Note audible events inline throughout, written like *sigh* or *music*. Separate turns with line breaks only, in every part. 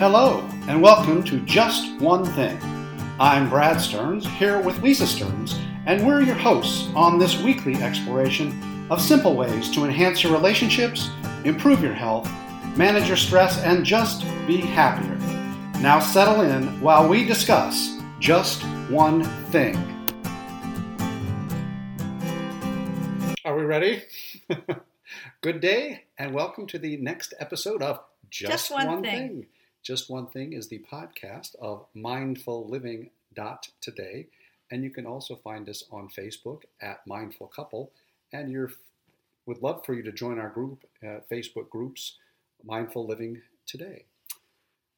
Hello, and welcome to Just One Thing. I'm Brad Stearns, here with Lisa Stearns, and we're your hosts on this weekly exploration of simple ways to enhance your relationships, improve your health, manage your stress, and just be happier. Now settle in while we discuss Just One Thing. Are we ready? *laughs* Good day, and welcome to the next episode of Just,
Just One Thing.
Just One Thing is the podcast of Mindful Living dot today, and you can also find us on Facebook at Mindful Couple. And you're would love for you to join our group, uh, Facebook groups, Mindful Living Today.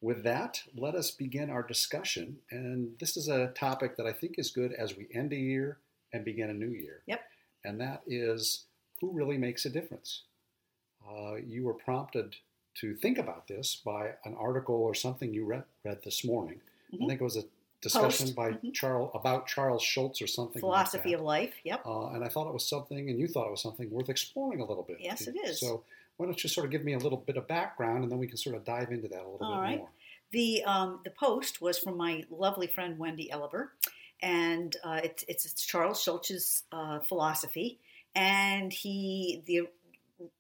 With that, let us begin our discussion. And this is a topic that I think is good as we end a year and begin a new year.
Yep.
And that is who really makes a difference? Uh, you were prompted to think about this by an article or something you read, read this morning. I
Mhm.
think it was a discussion
Post.
by
Mhm.
Charles about Charles Schultz or something. like
philosophy
that.
of life. Yep.
Uh, and I thought it was something, and you thought it was something worth exploring a little bit.
Yes, it is.
So why don't you sort of give me a little bit of background, and then we can sort of dive into that a little
All
bit
right.
more.
The um, the post was from my lovely friend Wendy Elliver, and uh, it's it's Charles Schultz's uh, philosophy, and he the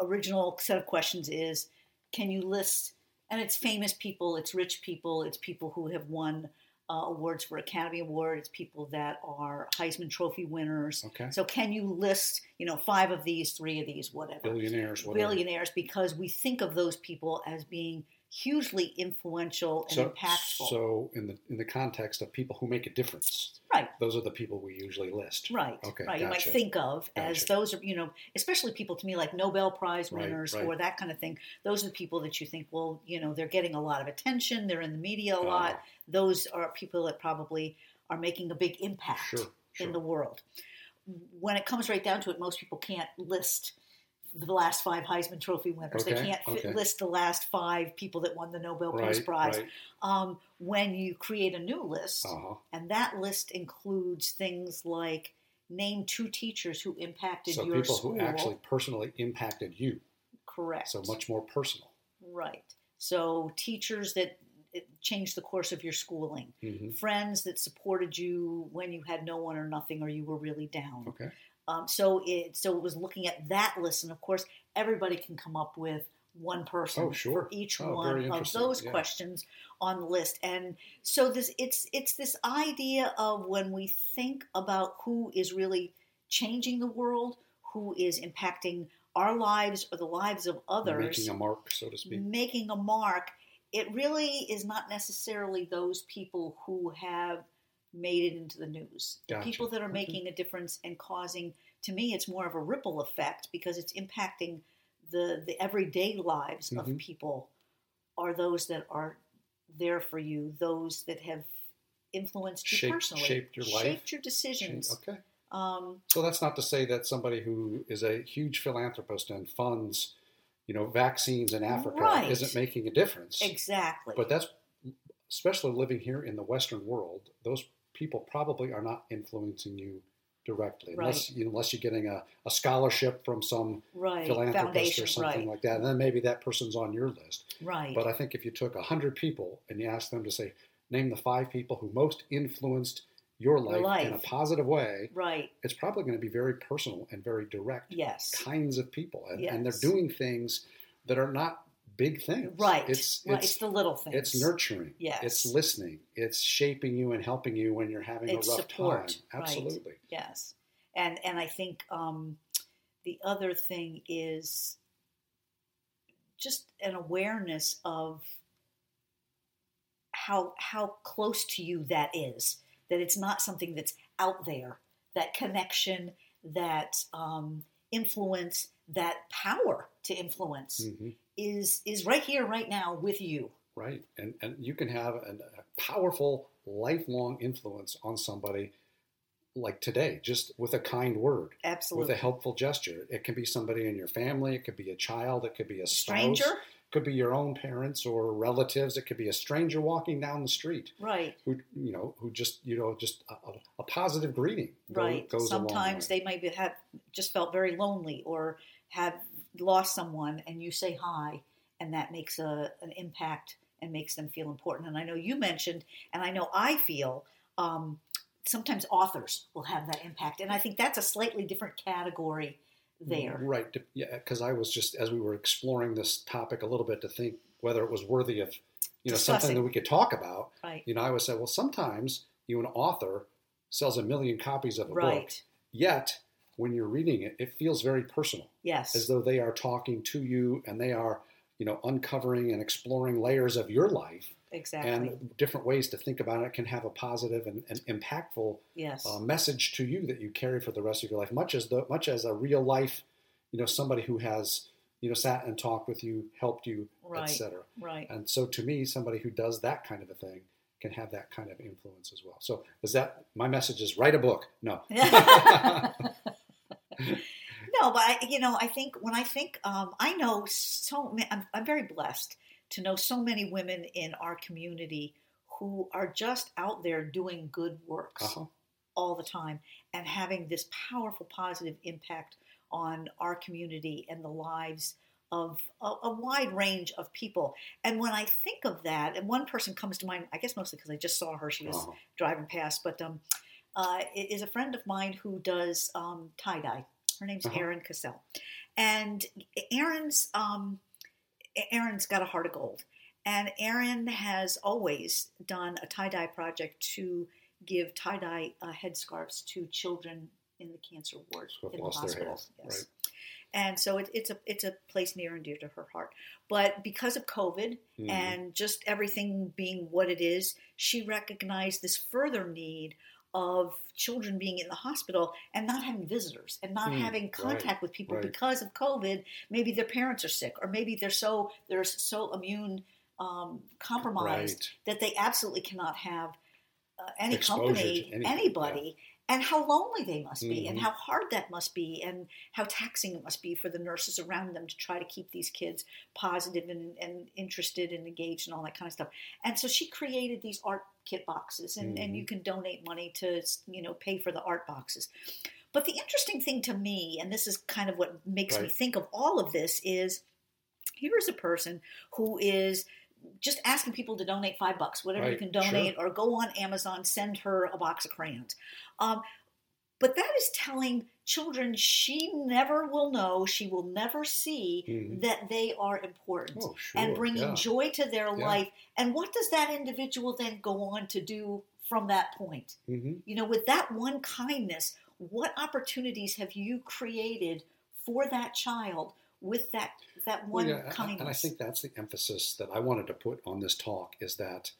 original set of questions is, can you list? And it's famous people, it's rich people, it's people who have won uh, awards for Academy Award, it's people that are Heisman Trophy winners.
Okay.
So can you list, you know, five of these, three of these, whatever?
Billionaires, whatever.
billionaires because we think of those people as being hugely influential and
So,
impactful.
so in the in the context of people who make a difference,
right,
those are the people we usually list.
right,
Okay,
right. You might
gotcha.
think of as
Gotcha.
those are, you know, especially people to me like Nobel Prize
Right,
winners
right.
or that kind of thing. Those are the people that you think, well, you know, they're getting a lot of attention, they're in the media a
Uh,
lot. Those are people that probably are making a big impact.
Sure. Sure.
in the world. When it comes right down to it, most people can't list the last five Heisman Trophy winners. they
Okay,
can't fit,
okay.
list the last five people that won the Nobel
right,
Peace Prize.
Right.
Um, when you create a new list,
Uh-huh.
and that list includes things like name two teachers who impacted
So
your
people
school.
who actually personally impacted you,
Correct.
so much more personal.
Right. So teachers that eh, changed the course of your schooling,
hmm
friends that supported you when you had no one or nothing or you were really down.
Okay.
Um, so it so it was looking at that list, and of course, everybody can come up with one person
Oh, sure.
for each
Oh,
one
very
of
interesting.
those
Yeah.
questions on the list. And so this it's it's this idea of when we think about who is really changing the world, who is impacting our lives or the lives of others,
Making a mark, so to speak.
making a mark, it really is not necessarily those people who have made it into the news. The
Gotcha.
Mm-hmm. People that are
Mhm.
making a difference and causing, to me, it's more of a ripple effect because it's impacting the, the everyday lives
Mhm.
of people are those that are there for you, those that have influenced you
Shaped-
personally,
shaped your life.
shaped your decisions.
Okay.
Um,
So that's not to say that somebody who is a huge philanthropist and funds, you know, vaccines in Africa
Right.
isn't making a difference.
exactly.
But that's especially living here in the Western world. Those people probably are not influencing you directly,
Right.
unless unless you're getting a, a scholarship from some
right.
philanthropist
Foundation.
or something
right.
like that, and then maybe that person's on your list.
right.
But I think if you took hundred people and you asked them to say, name the five people who most influenced your life, in a
life.
positive way,
right.
it's probably going to be very personal and very direct
Yes.
kinds of people, and, and they're
Yes.
doing things that are not big things.
Right.
It's
right.
it's
the little things.
it's nurturing.
Yes.
It's listening. It's shaping you and helping you when you're having
It's
a rough
support,
time.
right.
Absolutely.
Yes, and and I think um, the other thing is just an awareness of how how close to you that is. That it's not something that's out there. That connection, that um, influence, that power to influence
hmm
is is right here, right now with you.
Right. And and you can have an, a powerful lifelong influence on somebody like today, just with a kind word, with
Absolutely.
a helpful gesture. It can be somebody in your family. It could be a child. It could be a spouse.
stranger,
It could be your own parents or relatives. It could be a stranger walking down the street.
right?
who you know who just you know just a, a, a positive greeting go-
Right.
goes a long
Sometimes
way.
they might be, have just felt very lonely or have lost someone, and you say hi, and that makes a an impact and makes them feel important. And I know you mentioned, and I know I feel, um, sometimes authors will have that impact. And I think that's a slightly different category there.
Right. d- Yeah, because I was just as we were exploring this topic a little bit to think whether it was worthy of, you know,
Discussing.
something that we could talk about.
Right.
You know, I always say, well, sometimes you an author sells a million copies of a book,
Right.
yet when you're reading it, it feels very personal, as
Yes.
though they are talking to you and they are, you know, uncovering and exploring layers of your life
Exactly.
and different ways to think about it can have a positive and, and impactful
yes.
uh, message to you that you carry for the rest of your life, much as the much as a real life, you know, somebody who has you know sat and talked with you, helped you,
Right.
etc.
right.
And so, to me, somebody who does that kind of a thing can have that kind of influence as well. So, is that my message? Is write a book? No.
*laughs*
*laughs*
No, but I, you know, I think when I think, um, I know so. ma- I'm, I'm very blessed to know so many women in our community who are just out there doing good works
Uh-huh.
all the time and having this powerful positive impact on our community and the lives of a, a wide range of people. And when I think of that, and one person comes to mind, I guess mostly because I just saw her. She was
Uh-huh.
driving past, but um, uh, i- is a friend of mine who does um, tie dye. Her name's
Uh-huh.
Erin Cassell, and Erin's um, Erin's got a heart of gold, and Erin has always done a tie dye project to give tie dye uh, headscarves to children in the cancer ward
Who have
in the
lost their hair,
hospitals. yes. And so it, it's a it's a place near and dear to her heart. But because of COVID,
Mhm.
and just everything being what it is, she recognized this further need of children being in the hospital and not having visitors and not
Hmm,
having contact
right,
with people
right.
because of COVID. Maybe their parents are sick, or maybe they're so they're so immune um, compromised
Right.
that they absolutely cannot have uh, any
Exposure
company,
to anything,
anybody, and how lonely they must be, and
Mhm.
how hard that must be, and how taxing it must be for the nurses around them to try to keep these kids positive and, and interested and engaged and all that kind of stuff. And so she created these art kit boxes, and, and
Mhm.
you can donate money to you know pay for the art boxes. But the interesting thing to me, and this is kind of what makes me
Right.
think of all of this, is here is a person who is just asking people to donate five bucks, whatever you
Right,
can donate, or go on Amazon, send her a box of crayons. Um, but that is telling children she never will know, she will never see
Mhm.
that they are important
Oh, sure.
and bringing
yeah.
joy to their
Yeah.
life. And what does that individual then go on to do from that point?
Mhm.
You know, with that one kindness, what opportunities have you created for that child with that that
Well,
one
yeah, and-
kindness?
and I think that's the emphasis that I wanted to put on this talk is that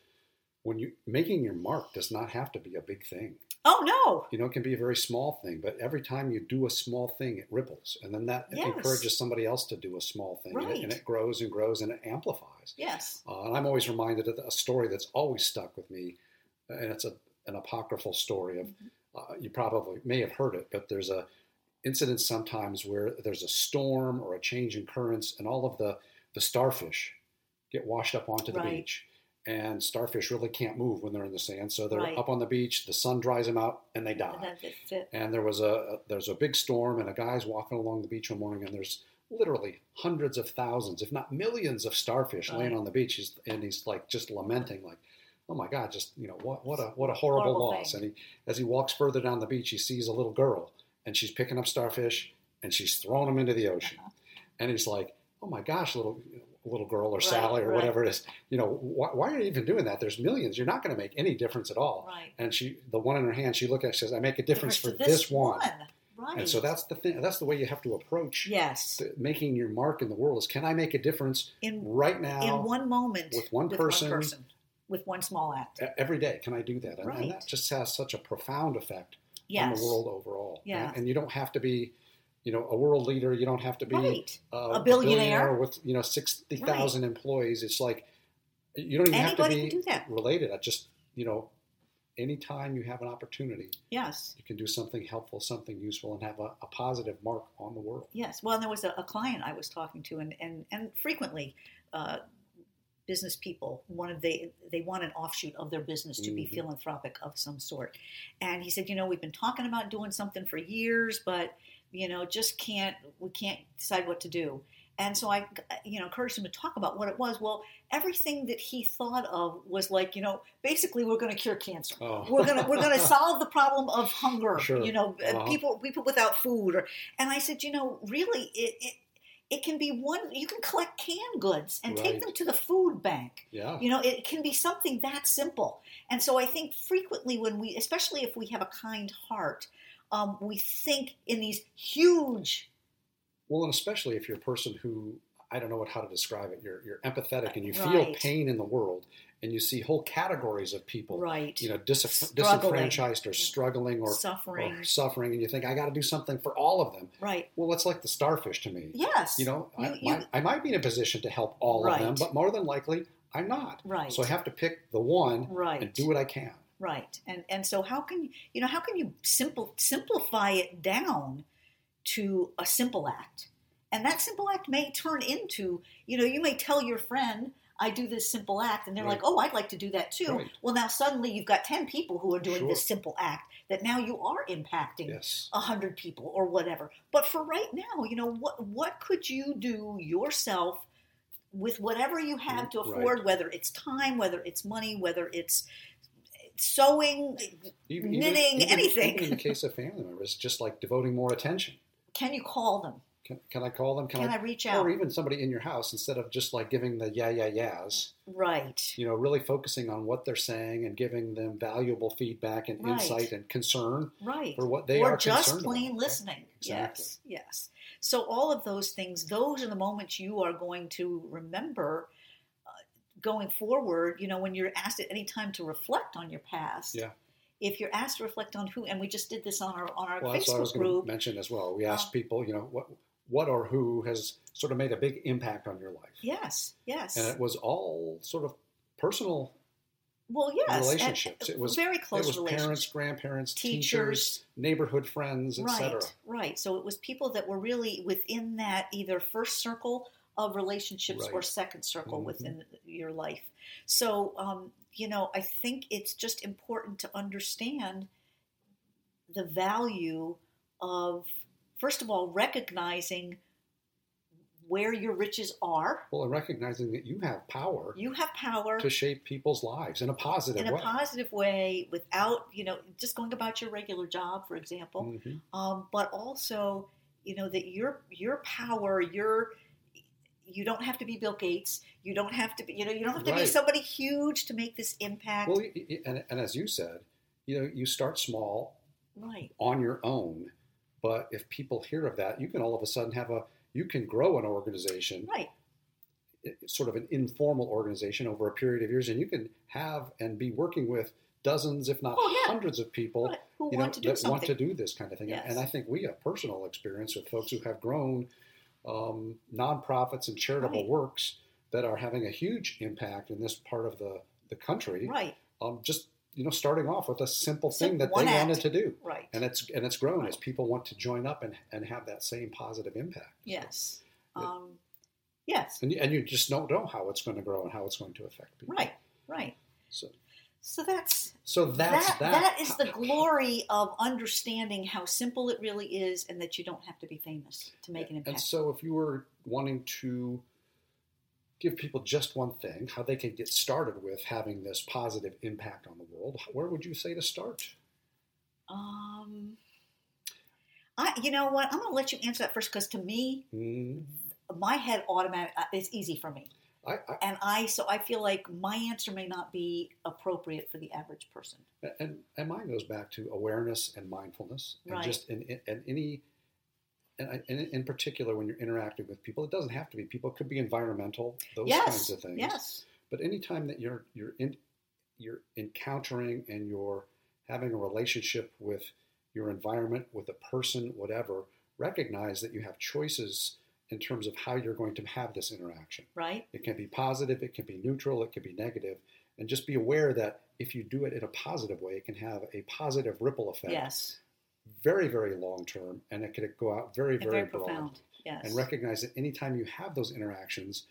when you making your mark does not have to be a big thing.
oh no,
you know it can be a very small thing but every time you do a small thing it ripples and then that
Yes.
encourages somebody else to do a small thing and,
Right.
it, and it grows and grows and it amplifies
yes,
uh, and i'm always reminded of a story that's always stuck with me and it's a, an apocryphal story of
Mm-hmm.
uh, you probably may have heard it but there's a incident sometimes where there's a storm or a change in currents and all of the the starfish get washed up onto the
Right.
beach and starfish really can't move when they're in the sand so they're
Right.
up on the beach the sun dries them out and they die
and that, that's it.
and there was a there's a big storm and a guy's walking along the beach one morning and there's literally hundreds of thousands if not millions of starfish
Right.
laying on the beach he's, and he's like just lamenting like oh my god just you know what what a what a horrible,
Horrible
loss
thing.
and he as he walks further down the beach he sees a little girl and she's picking up starfish and she's throwing them into the ocean
Uh-huh.
and he's like oh my gosh little little girl or
Right,
sally or
right.
whatever it is you know why, why are you even doing that there's millions you're not going to make any difference at all
Right.
and she the one in her hand she looked at it, she says i make a difference,
Difference
for
to
this, one,
Right.
and so that's the thing that's the way you have to approach
yes.
the- making your mark in the world is can i make a difference
In
right now
in one moment
with one person-
with one small act.
e- every day can i do that and,
Right.
and that just has such a profound effect on
Yes.
the world overall
Yeah.
and, and you don't have to be you know a world leader you don't have to be
Right.
uh,
A billionaire.
with you know 60,000 employees it's like you don't even
Anybody
have
can
to
do
be
that.
related i just you know anytime you have an opportunity
Yes.
you can do something helpful, something useful, and have a, a positive mark on the world.
Yes. Well, there was a, a client I was talking to, and and and frequently, uh, business people wanted they they want an offshoot of their business to be
Mhm.
philanthropic of some sort, and he said, you know, we've been talking about doing something for years, but you know, just can't we can't decide what to do. And so I, you know, encouraged him to talk about what it was. Well, everything that he thought of was like, you know, basically we're going to cure cancer.
Oh.
We're gonna
*laughs*
we're gonna solve the problem of hunger.
Sure.
You know,
Uh-huh.
people people without food. Or, and I said, you know, really, it, it it can be one. You can collect canned goods and take
Right. Ah.
them to the food bank.
Yeah.
You know, it can be something that simple. And so I think frequently when we, especially if we have a kind heart, um, we think in these huge.
Well, and especially if you're a person who I don't know what how to describe it. You're you're empathetic and you feel
Right.
pain in the world, and you see whole categories of people,
Right.
you know, disaf-
Struggling.
disenfranchised or struggling or
suffering.
or suffering, and you think I got to do something for all of them.
right.
Well, that's like the starfish to me.
Yes.
You know, I,
You- you-
might- I might be in a position to help all of them,
Right.
but more than likely, I'm not.
Right.
So I have to pick the one
right.
and do what I can.
Right. And and so how can you know how can you simple simplify it down to a simple act? And that simple act may turn into, you know, you may tell your friend, I do this simple act, and they're
Right.
like, Oh, I'd like to do that too.
Right.
Well now suddenly you've got ten people who are doing
Sure.
this simple act that now you are impacting a
Yes.
hundred people or whatever. But for right now, you know, what what could you do yourself with whatever you have to
Right.
afford, whether it's time, whether it's money, whether it's sewing,
E-, Even,
Knitting, anything.
Even in the case of family members, just like devoting more attention.
can you call them?
Can, can I call them?
Can I reach out?
or even somebody in your house instead of just like giving the yeah yeah yeahs
Right.
you know really focusing on what they're saying and giving them valuable feedback and
Right.
insight and concern
Right.
for what they
or
are
just
concerned
plain
about.
listening.
Exactly.
Yes, yes. So all of those things, those are the moments you are going to remember uh, going forward. You know, when you're asked at any time to reflect on your past.
Yeah.
If you're asked to reflect on who, and we just did this on our on our
well that's what i was
Facebook
going to
group,
mention as well we asked people you know what what or who has sort of made a big impact on your life
yes, yes.
and it was all sort of personal
well, yes. and-
relationships. It was-
very close
it was
relationships.
parents grandparents teachers,
teachers
neighborhood friends etc
Right, right. So it was people that were really within that either first circle of relationships or
Right.
second circle
Mhm.
within your life. So, um, you know, I think it's just important to understand the value of, first of all, recognizing where your riches are.
well and recognizing that you have power
You have power
to shape people's lives in a positive
in a
way
positive way without, you know, just going about your regular job, for example.
Mhm.
um, but also you know that your your power your you don't have to be Bill Gates. You don't have to be you know you don't have to be
Right.
somebody huge to make this impact.
Well, y- y- and, and as you said, you know, you start small
right,
on your own, but if people hear of that, you can all of a sudden have a you can grow an organization,
right,
i- sort of an informal organization over a period of years, and you can have and be working with dozens, if not
Oh, yeah.
hundreds, of people
right. Who
you know
want to do
that want
something?
to do this kind of thing. And-
Yes.
And I think we have personal experience with folks who have grown um, nonprofits and charitable
Right.
works that are having a huge impact in this part of the the country
right,
um, just you know starting off with a simple thing
Simple
that
one
they
act.
wanted to do
right.
and it's and it's grown as people want to join up and, and have that same positive impact
yes,
it-
um, yes,
and, you- and you just don't know how it's going to grow and how it's going to affect people
right, right.
so
So that's
so that's
that,
that,
that is the glory of understanding how simple it really is, and that you don't have to be famous to make an
and
impact.
so if you were wanting to give people just one thing how they can get started with having this positive impact on the world where would you say to start
Um, I, you know what? I'm going to let you answer that first because to me,
Mm,
my head automatic. Uh, it's easy for me,
I, I,
and I so I feel like my answer may not be appropriate for the average person.
And, and mine goes back to awareness and mindfulness, and
Right.
just in, in, and any, and, I- and in particular when you're interacting with people, it doesn't have to be people. It could be environmental, those
yes,
kinds of things.
yes,
But anytime that you're you're in, you're encountering and you're having a relationship with your environment, with a person, whatever, recognize that you have choices in terms of how you're going to have this interaction.
right,
It can be positive, it can be neutral, it can be negative, and just be aware that if you do it in a positive way, it can have a positive ripple effect,
yes,
very, very long term, and it can go out very,
and
very,
very
broad.
profound. Yes,
And recognize that anytime you have those interactions,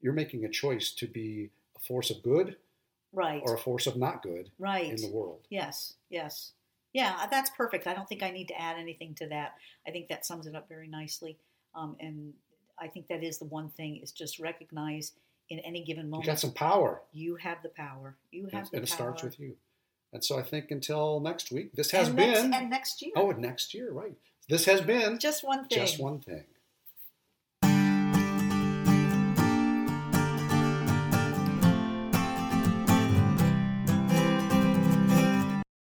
you're making a choice to be a force of good
right,
or a force of not good
right.
in the world.
Yes, yes. Yeah, uh, that's perfect. I don't think I need to add anything to that. I think that sums it up very nicely. Um, and I think that is the one thing is just recognize in any given
You
moment
got some power,
you have the power. You have
and
the power.
it starts with you. And so I think until next week, this has
and
been.
next, and next year.
oh, and next year, right? This has been
just one thing.
just one thing.